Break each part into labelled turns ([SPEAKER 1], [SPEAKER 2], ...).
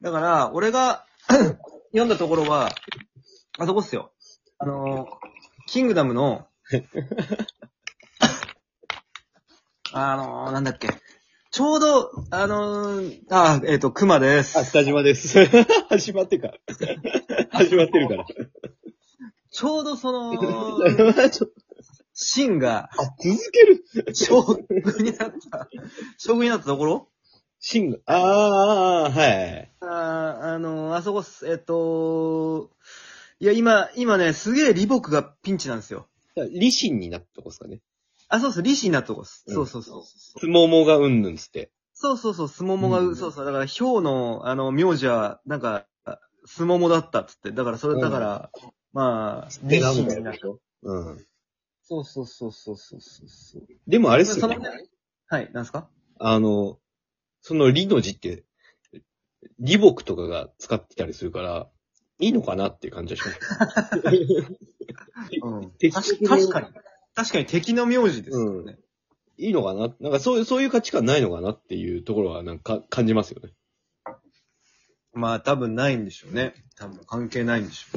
[SPEAKER 1] だから、俺が 読んだところは、あそこっすよ。あのー、キングダムの、 あのー、なんだっけ。ちょうど、あのー、あ、えっ、と、熊で
[SPEAKER 2] あ、
[SPEAKER 1] す。
[SPEAKER 2] 北島です。 始まってか。始まってるから。
[SPEAKER 1] ちょうどそ の、
[SPEAKER 2] ちょっと
[SPEAKER 1] シンが、
[SPEAKER 2] あ、続ける
[SPEAKER 1] 将軍になった、 将軍になったところ
[SPEAKER 2] シング、あーあー、あーはい。
[SPEAKER 1] あーあのー、あそこっす、えっと、いや、今、今ね、すげえ李牧がピンチなんですよ。
[SPEAKER 2] 理心になったとこですかね。
[SPEAKER 1] あ、そうそう、李信になったとこっす。
[SPEAKER 2] うん
[SPEAKER 1] そうそうそう。
[SPEAKER 2] つももがうんぬんつって。
[SPEAKER 1] そうそうそう、すももが、
[SPEAKER 2] うん
[SPEAKER 1] そうそう、だから、ヒョウの、あの、名字は、なんか、すももだったっつって、だから、それ、だから、まあ、
[SPEAKER 2] で
[SPEAKER 1] 李信になった。
[SPEAKER 2] うん。
[SPEAKER 1] そうそうそうそうそうそうそう。
[SPEAKER 2] でもあれっす
[SPEAKER 1] そ
[SPEAKER 2] よ
[SPEAKER 1] の
[SPEAKER 2] ね。
[SPEAKER 1] はい、なんですか
[SPEAKER 2] あの、その理の字って、李牧とかが使ってたりするから、いいのかなっていう感じがします。
[SPEAKER 1] うん。
[SPEAKER 2] 敵
[SPEAKER 1] 確確かに。確かに敵の名字ですよね。
[SPEAKER 2] いいのかななんかそういう、そういう価値観ないのかなっていうところはなんか感じますよね。
[SPEAKER 1] まあ多分ないんでしょうね。多分関係ないんでしょう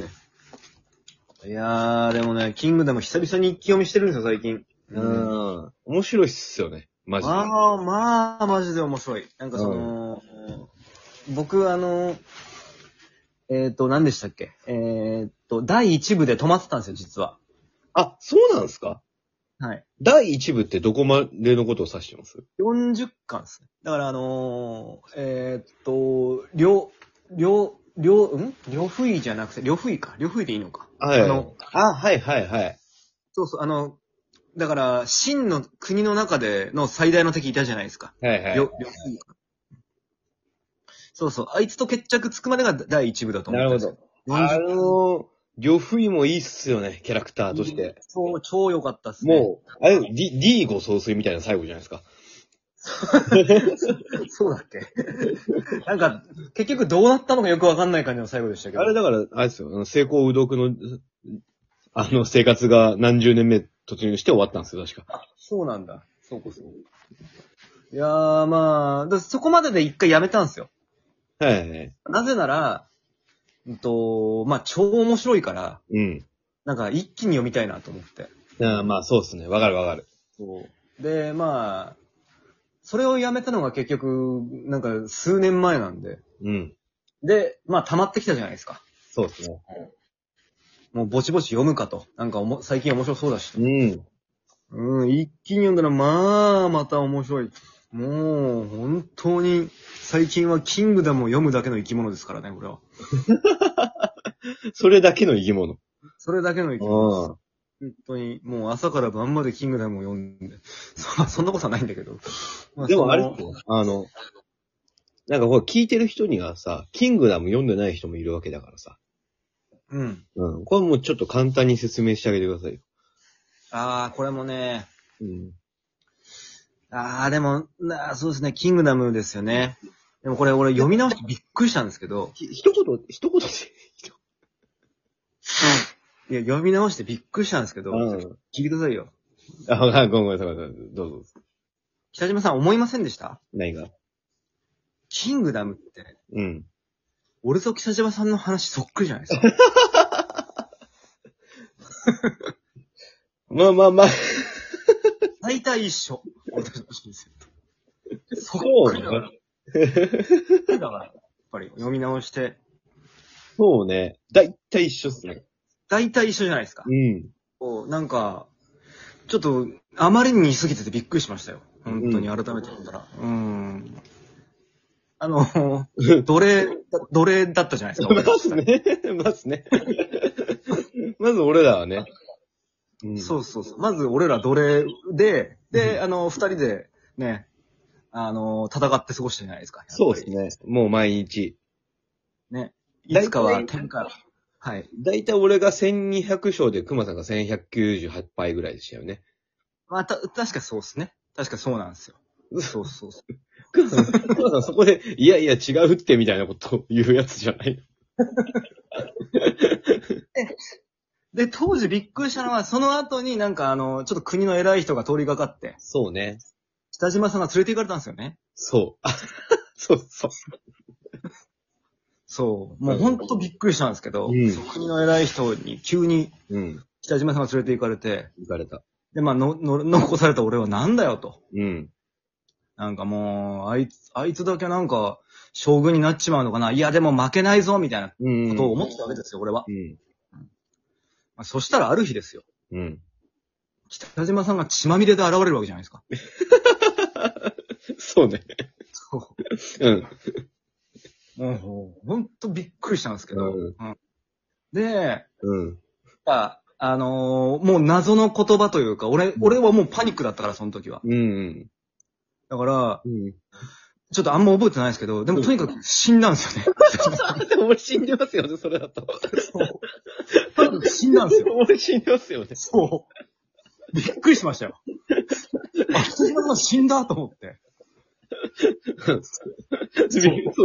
[SPEAKER 1] ね。いやー、でもね、キングダム久々に一気読みしてるんですよ、最近。あ
[SPEAKER 2] ん。面白いっすよね。マジで。
[SPEAKER 1] あ、まあ、マジで面白い。なんかその、僕、あの、えっ、と、何でしたっけえっ、と、第1部で止まってたんですよ、実は。
[SPEAKER 2] あ、そうなんですか
[SPEAKER 1] はい。
[SPEAKER 2] 第1部ってどこまでのことを指してます
[SPEAKER 1] 40巻ですね。だから、あのーえっ、と、両、両、両、ん両不意じゃなくて、両不意か。両不意でいいのか。
[SPEAKER 2] はい。
[SPEAKER 1] あの、
[SPEAKER 2] あ、はいはいはい。
[SPEAKER 1] そうそう、あの、だから、秦の国の中での最大の敵いたじゃないですか。
[SPEAKER 2] はいはい。
[SPEAKER 1] よ、よ、そうそう、あいつと決着つくまでが第一部だと思
[SPEAKER 2] な
[SPEAKER 1] う。
[SPEAKER 2] るほど。あ
[SPEAKER 1] 40
[SPEAKER 2] の、呂不韋もいいっすよね、キャラクターとして。
[SPEAKER 1] 超、超良かったっすね。
[SPEAKER 2] もう、あれ、D、D ご総帥みたいな最後じゃないですか。
[SPEAKER 1] う。そうだっ けなんか、結局どうなったのかよくわかんない感じの最後でしたけど。
[SPEAKER 2] あれだから、あれですよ、あの、成功うどくの、あの、生活が何十年目突入して終わったんですよ、確か。
[SPEAKER 1] そうなんだ。そうこそ。いやー、まあ、だそこまでで一回やめたんですよ。
[SPEAKER 2] はいはいはい。
[SPEAKER 1] なぜなら、うんと、まあ、超面白いから、
[SPEAKER 2] うん。
[SPEAKER 1] なんか一気に読みたいなと思って。
[SPEAKER 2] あまあ、そうですね。わかるわかる。
[SPEAKER 1] そう。で、まあ、それをやめたのが結局、なんか数年前なんで。
[SPEAKER 2] うん。
[SPEAKER 1] で、まあ溜まってきたじゃないですか。
[SPEAKER 2] そうですね。
[SPEAKER 1] もうぼちぼち読むかと。なんかおも最近面白そうだしと。
[SPEAKER 2] うん。
[SPEAKER 1] うん、一気に読んだら、まあ、また面白い。もう、本当に、最近はキングダムを読むだけの生き物ですからね、俺は。
[SPEAKER 2] それだけの生き物。
[SPEAKER 1] それだけの生き物。
[SPEAKER 2] うん。
[SPEAKER 1] 本当に、もう朝から晩までキングダムを読んで。 そそんなことはないんだけど。ま
[SPEAKER 2] でもあれ
[SPEAKER 1] そ
[SPEAKER 2] っ
[SPEAKER 1] の
[SPEAKER 2] すよあの、なんかこれ聞いてる人にはさ、キングダム読んでない人もいるわけだからさ。
[SPEAKER 1] うん。
[SPEAKER 2] うん。これもうちょっと簡単に説明してあげてくださいよ。
[SPEAKER 1] ああ、これもね、
[SPEAKER 2] うん。
[SPEAKER 1] ああ、でも、なーそうですね、キングダムですよね。でもこれ俺読み直してびっくりしたんですけど、
[SPEAKER 2] ひ一言、一言で。
[SPEAKER 1] いや、読み直してびっくりしたんですけど、聞
[SPEAKER 2] うん。
[SPEAKER 1] いてくださいよ。
[SPEAKER 2] あ、あごめんごめんごめんごめん。どうぞ。
[SPEAKER 1] 北島さん思いませんでした
[SPEAKER 2] 何が
[SPEAKER 1] キングダムって、
[SPEAKER 2] うん。
[SPEAKER 1] 俺と北島さんの話そっくりじゃない ですか。
[SPEAKER 2] まあまあまあ。
[SPEAKER 1] 大体一緒。俺たちの話ですよそっ
[SPEAKER 2] そう
[SPEAKER 1] くりだからだ
[SPEAKER 2] ね。。
[SPEAKER 1] から、やっぱり読み直して、
[SPEAKER 2] そうね。だいたい一緒っすね。
[SPEAKER 1] 大体一緒じゃないですか。
[SPEAKER 2] うん。
[SPEAKER 1] こうなんか、ちょっと、あまりに似すぎててびっくりしましたよ。本当に改めて見たら。うん。んあ の、奴隷、奴隷だったじゃないですか。
[SPEAKER 2] まずね。 まずね。まず俺らはね。うん
[SPEAKER 1] そうそうそう。まず俺ら奴隷で、で、あの、二人で、ね、あの、戦って過ごしたじゃないですか。
[SPEAKER 2] そう
[SPEAKER 1] です
[SPEAKER 2] ですね。もう毎日。
[SPEAKER 1] ね。いつかは
[SPEAKER 2] 大体
[SPEAKER 1] 天下、はい。
[SPEAKER 2] だいたい俺が1200勝で、熊さんが1198敗ぐらいでしたよね。
[SPEAKER 1] まあ、た、確かそうですね。確かそうなんですよ。そうそうそう。
[SPEAKER 2] 熊さん、熊さんそこで、いやいや違うってみたいなことを言うやつじゃない
[SPEAKER 1] で、当時びっくりしたのは、その後になんかあの、ちょっと国の偉い人が通りがかって、
[SPEAKER 2] そうね。
[SPEAKER 1] 北島さんが連れて行かれたんですよね。
[SPEAKER 2] そう。あそうそう。
[SPEAKER 1] そう。もう本当びっくりしたんですけど、
[SPEAKER 2] うん
[SPEAKER 1] そう国の偉い人に急に
[SPEAKER 2] うん。
[SPEAKER 1] 北島さんが連れて行かれて、
[SPEAKER 2] 行かれた。
[SPEAKER 1] で、まあ、の、の、残された俺はなんだよと。
[SPEAKER 2] うん。
[SPEAKER 1] なんかもう、あいつ、あいつだけなんか、将軍になっちまうのかな。いや、でも負けないぞ、みたいな
[SPEAKER 2] うん。
[SPEAKER 1] ことを思ってたわけですよ、俺は。
[SPEAKER 2] うん。
[SPEAKER 1] まあそしたらある日ですよ。
[SPEAKER 2] うん。
[SPEAKER 1] 北島さんが血まみれで現れるわけじゃないですか。
[SPEAKER 2] そうね。
[SPEAKER 1] そ
[SPEAKER 2] うん。
[SPEAKER 1] う。もう、ほんとびっくりしたんですけど。
[SPEAKER 2] うん
[SPEAKER 1] で、
[SPEAKER 2] うん。
[SPEAKER 1] ああのーもう謎の言葉というか、俺、俺はもうパニックだったから、その時は。
[SPEAKER 2] うん。
[SPEAKER 1] だから、
[SPEAKER 2] うん。
[SPEAKER 1] ちょっとあんま覚えてないですけど、でもとにかく死んだんですよね。
[SPEAKER 2] でも俺死んでますよね、それだと。
[SPEAKER 1] とにかく死んだんですよ。
[SPEAKER 2] 俺死んでます よね。
[SPEAKER 1] そう。びっくりしましたよ。あ、北島さん死んだと思って。
[SPEAKER 2] そうで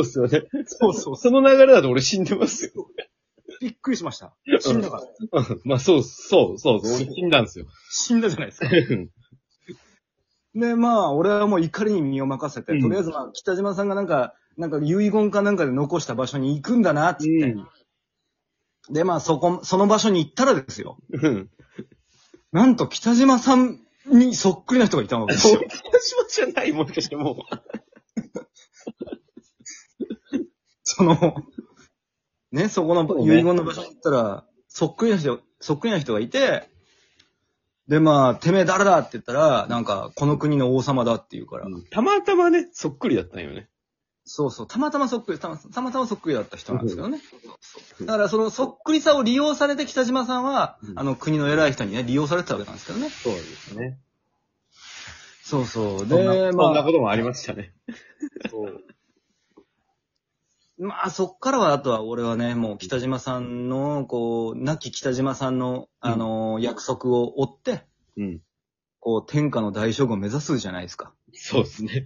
[SPEAKER 2] すよね。
[SPEAKER 1] そうそうそ
[SPEAKER 2] その流れだと俺死んでます
[SPEAKER 1] う。
[SPEAKER 2] よ。
[SPEAKER 1] びっくりしました。死んだから。
[SPEAKER 2] うんまあそう、そう、そう、そう俺死んだんですよ。
[SPEAKER 1] 死んだじゃないですか。
[SPEAKER 2] うん
[SPEAKER 1] で、まあ、俺はもう怒りに身を任せて、
[SPEAKER 2] うん
[SPEAKER 1] とりあえずまあ、北島さんがなんか、なんか遺言かなんかで残した場所に行くんだな、って言って。で、まあ、そこ、その場所に行ったらですよ。
[SPEAKER 2] うん。
[SPEAKER 1] なんと北島さんにそっくりな人がいたわけです
[SPEAKER 2] そう
[SPEAKER 1] よ。、
[SPEAKER 2] じゃない、もしかしてもう。
[SPEAKER 1] その、ね、そこの
[SPEAKER 2] そう
[SPEAKER 1] 遺
[SPEAKER 2] ね
[SPEAKER 1] 言の場所に行ったら、そっくりな人、そっくりな人がいて、で、まあ、てめえ誰だって言ったら、なんか、この国の王様だって言うから。
[SPEAKER 2] たまたまね、そっくりだったんよね。
[SPEAKER 1] そうそう、たまたまそっくり、たまたまたまそっくりだった人なんですけどね。
[SPEAKER 2] うん
[SPEAKER 1] だから、そのそっくりさを利用されて北島さんは、
[SPEAKER 2] うん
[SPEAKER 1] あの、国の偉い人にね、利用されてたわけなんですけどね。
[SPEAKER 2] そうですね。
[SPEAKER 1] そうそう。
[SPEAKER 2] そんな
[SPEAKER 1] で、ま
[SPEAKER 2] そんな
[SPEAKER 1] あ、
[SPEAKER 2] こともありましたね。
[SPEAKER 1] まあ、そっからは、あとは俺はね、もう北島さんの、こう、亡き北島さんの、あの、約束を追って、
[SPEAKER 2] うん。
[SPEAKER 1] こう、天下の大将軍を目指すじゃないですか。
[SPEAKER 2] そうですね。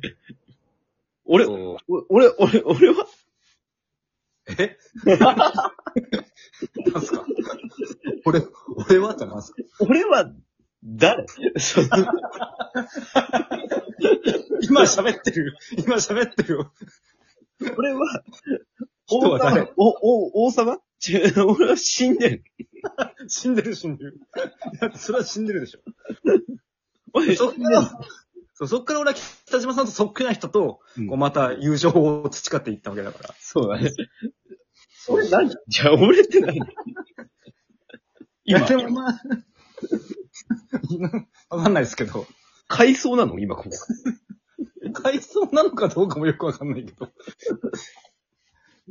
[SPEAKER 2] 俺、お
[SPEAKER 1] そう
[SPEAKER 2] 俺、俺、俺は、
[SPEAKER 1] えなんすか俺、俺はってなんすか
[SPEAKER 2] 俺は、誰そう
[SPEAKER 1] 今喋ってる、今喋ってる。
[SPEAKER 2] 俺は、
[SPEAKER 1] 人は誰
[SPEAKER 2] 王様お、お、王様違う、俺は死んでる。
[SPEAKER 1] 死んでる死んでる。だってそれは死んでるでしょ。
[SPEAKER 2] 俺、
[SPEAKER 1] そっから、そうそっから俺は北島さんとそっくりな人と、
[SPEAKER 2] うん
[SPEAKER 1] こうまた友情を培っていったわけだから。
[SPEAKER 2] そうだね。俺何じゃあ、俺って何
[SPEAKER 1] いや、
[SPEAKER 2] 今
[SPEAKER 1] でもまあ、 わかんないですけど、
[SPEAKER 2] 階層なの今ここ。
[SPEAKER 1] 改装なのかどうかもよくわかん ないけど。い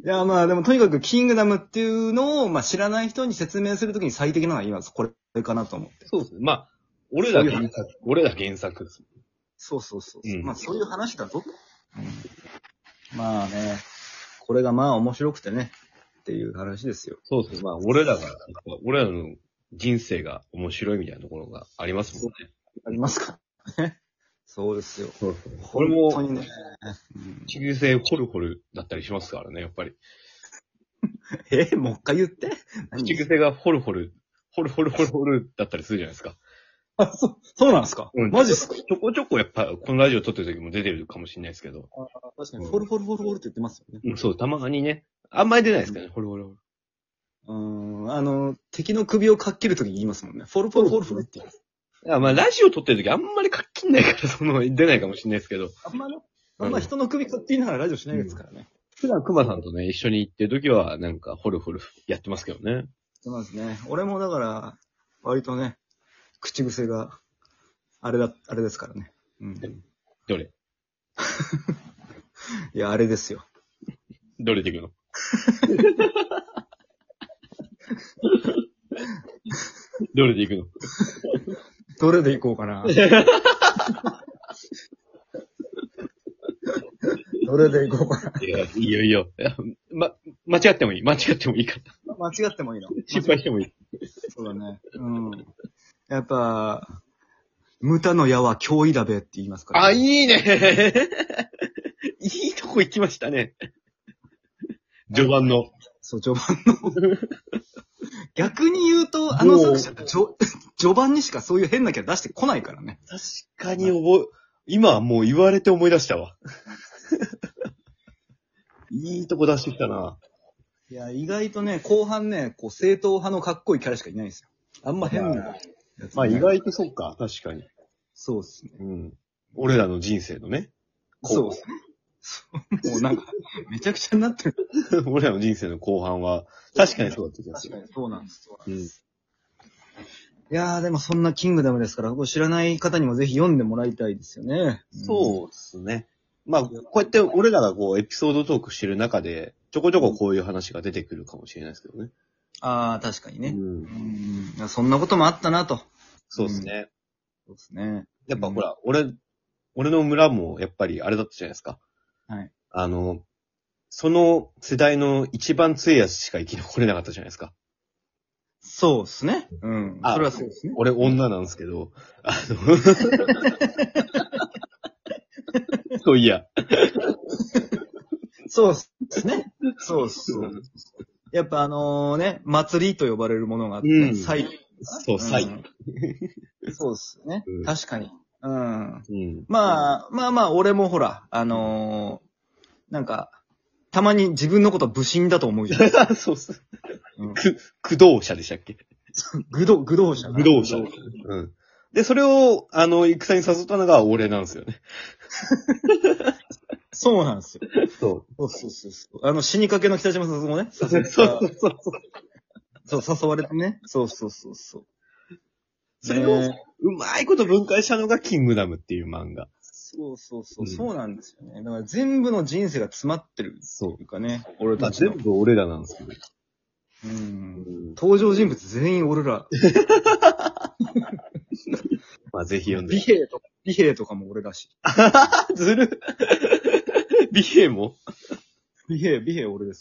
[SPEAKER 1] や、まあでもとにかくキングダムっていうのを、まあ知らない人に説明するときに最適なのは今、これかなと思って。
[SPEAKER 2] そうですね。まあ、俺
[SPEAKER 1] ら
[SPEAKER 2] ら
[SPEAKER 1] 原
[SPEAKER 2] 原作。俺ら原作です。
[SPEAKER 1] そうそうそう。
[SPEAKER 2] うん
[SPEAKER 1] まあそういう話だぞ。まあね、これがまあ面白くてね、っていう話ですよ。
[SPEAKER 2] そうですね。まあ、俺らが、俺らの人生が面白いみたいなところがありますもんね。
[SPEAKER 1] ありますからね。そうですよ。
[SPEAKER 2] そうそう俺も
[SPEAKER 1] 本当にね。うん
[SPEAKER 2] 地球性ホルホルだったりしますからね、やっぱり。
[SPEAKER 1] え、もう一回言って何
[SPEAKER 2] 地球性がホルホル、ホルホルホルホルだったりするじゃないですか。
[SPEAKER 1] あ、そう、そうなんですか、
[SPEAKER 2] うん
[SPEAKER 1] マジっすか
[SPEAKER 2] ちょこちょこやっぱ、このラジオ撮ってる時も出てるかもしれないですけど。
[SPEAKER 1] 確か
[SPEAKER 2] に
[SPEAKER 1] に、フォルフォルフォルフォルって言ってますよね。
[SPEAKER 2] うん、そう、たまにね。あんまり出ないですからね、ホルホルホル。
[SPEAKER 1] うーん、あの、敵の首をかっきるときに言いますもんね。フォルフォルフォルフォルって言います。
[SPEAKER 2] いや、まあ、ラジオ撮ってる時あんまり書きんないから、 その、出ないかもしれないですけど。
[SPEAKER 1] あんまね、あんま人の首かっきりながらラジオしないですからね。
[SPEAKER 2] 普段、熊さんとね、一緒に行ってる時は、なんか、ホルホルやってますけどね。
[SPEAKER 1] そうなんですね。俺もだから、割とね、口癖が、あれだ、あれですからね。うん。
[SPEAKER 2] どれ
[SPEAKER 1] いや、あれですよ。
[SPEAKER 2] どれでい くのどれでいくの
[SPEAKER 1] どれでいこうかな。 どれでいこうか
[SPEAKER 2] いや、いいよいいよ。いやま、間違ってもいい。間違ってもいいから。
[SPEAKER 1] な。間違ってもいいの。
[SPEAKER 2] 失敗してもいい。
[SPEAKER 1] そうだね。うん。やっぱ、無駄の矢は脅威だべって言いますから、
[SPEAKER 2] あ、いいね いいとこ行きましたね。序盤の。
[SPEAKER 1] そう、序盤の。逆に言うと、あの作者、じょ序 盤にしかそういう変なキャラ出してこないからね。
[SPEAKER 2] 確かに覚え、今はもう言われて思い出したわ。いいとこ出してきたな。
[SPEAKER 1] いや、意外とね、後半ね、こう、正統派のかっこいいキャラしかいないんですよ。あんま変なやつ
[SPEAKER 2] まあ
[SPEAKER 1] いない
[SPEAKER 2] 意外とそっか、確かに。
[SPEAKER 1] そうっすね。
[SPEAKER 2] うん。俺らの人生のね。
[SPEAKER 1] そう
[SPEAKER 2] 後
[SPEAKER 1] っすね。そう もうなんか、めちゃくちゃになってる。
[SPEAKER 2] 半 俺らの人生の後半は、確かにそうだった気がす
[SPEAKER 1] 確か
[SPEAKER 2] る。
[SPEAKER 1] にそうなんです。
[SPEAKER 2] うん。
[SPEAKER 1] いやー、でもそんなキングダムですから、これ知らない方にもぜひ読んでもらいたいですよね。
[SPEAKER 2] そうですね。まあ、こうやって俺らがこう、エピソードトークしてる中で、ちょこちょここういう話が出てくるかもしれないですけどね。
[SPEAKER 1] ああ、確かに
[SPEAKER 2] う
[SPEAKER 1] ね。
[SPEAKER 2] ん
[SPEAKER 1] う。ん。いやそんなこともあったなと。
[SPEAKER 2] そうですね。
[SPEAKER 1] そうですね。
[SPEAKER 2] やっぱほら、俺、俺の村もやっぱりあれだったじゃないですか。
[SPEAKER 1] はい。
[SPEAKER 2] あの、その世代の一番強いやつしか生き残れなかったじゃないですか。
[SPEAKER 1] そうですね。うん。
[SPEAKER 2] あ
[SPEAKER 1] それはそうですね。
[SPEAKER 2] 俺女なんですけど、あ の、そういや、
[SPEAKER 1] そうですね。そうそう。やっぱあのね、祭りと呼ばれるものがあって、
[SPEAKER 2] うん
[SPEAKER 1] 祭。
[SPEAKER 2] そ
[SPEAKER 1] う
[SPEAKER 2] う、
[SPEAKER 1] ん
[SPEAKER 2] サイ。
[SPEAKER 1] そうですね
[SPEAKER 2] うん。
[SPEAKER 1] 確かに。うん。
[SPEAKER 2] うん。
[SPEAKER 1] まあ、まあまあ、俺もほら、あのーなんか、たまに自分のことは武神だと思う じゃん。
[SPEAKER 2] あ、そうっす
[SPEAKER 1] うん。
[SPEAKER 2] く、駆動者でしたっけ
[SPEAKER 1] 愚道、愚道者な。
[SPEAKER 2] 愚道者。うん。で、それを、あの、戦に誘ったのが俺なんですよね。
[SPEAKER 1] そうなんですよ。
[SPEAKER 2] そ
[SPEAKER 1] そうそうそうそう。あの、死にかけの北島さんもね、
[SPEAKER 2] そう
[SPEAKER 1] 誘
[SPEAKER 2] そ
[SPEAKER 1] っ
[SPEAKER 2] う
[SPEAKER 1] た
[SPEAKER 2] そうそう。
[SPEAKER 1] そう、誘われてね。そうそうそうそう。
[SPEAKER 2] それを
[SPEAKER 1] ね、
[SPEAKER 2] うまいこと分解したのがキングダムっていう漫画。
[SPEAKER 1] そうそうそうう、
[SPEAKER 2] ん
[SPEAKER 1] そうなんですよね。だから全部の人生が詰まってる
[SPEAKER 2] そ
[SPEAKER 1] というかね、俺
[SPEAKER 2] う。まあ、
[SPEAKER 1] たちの
[SPEAKER 2] 全。部俺らなんですけど。
[SPEAKER 1] うん。登場人物全員俺ら。
[SPEAKER 2] まあ、ぜひ読ん
[SPEAKER 1] 美
[SPEAKER 2] で。
[SPEAKER 1] 兵とか、美兵とかも俺らし。
[SPEAKER 2] ずる美瑛も
[SPEAKER 1] 美兵、美兵俺ですから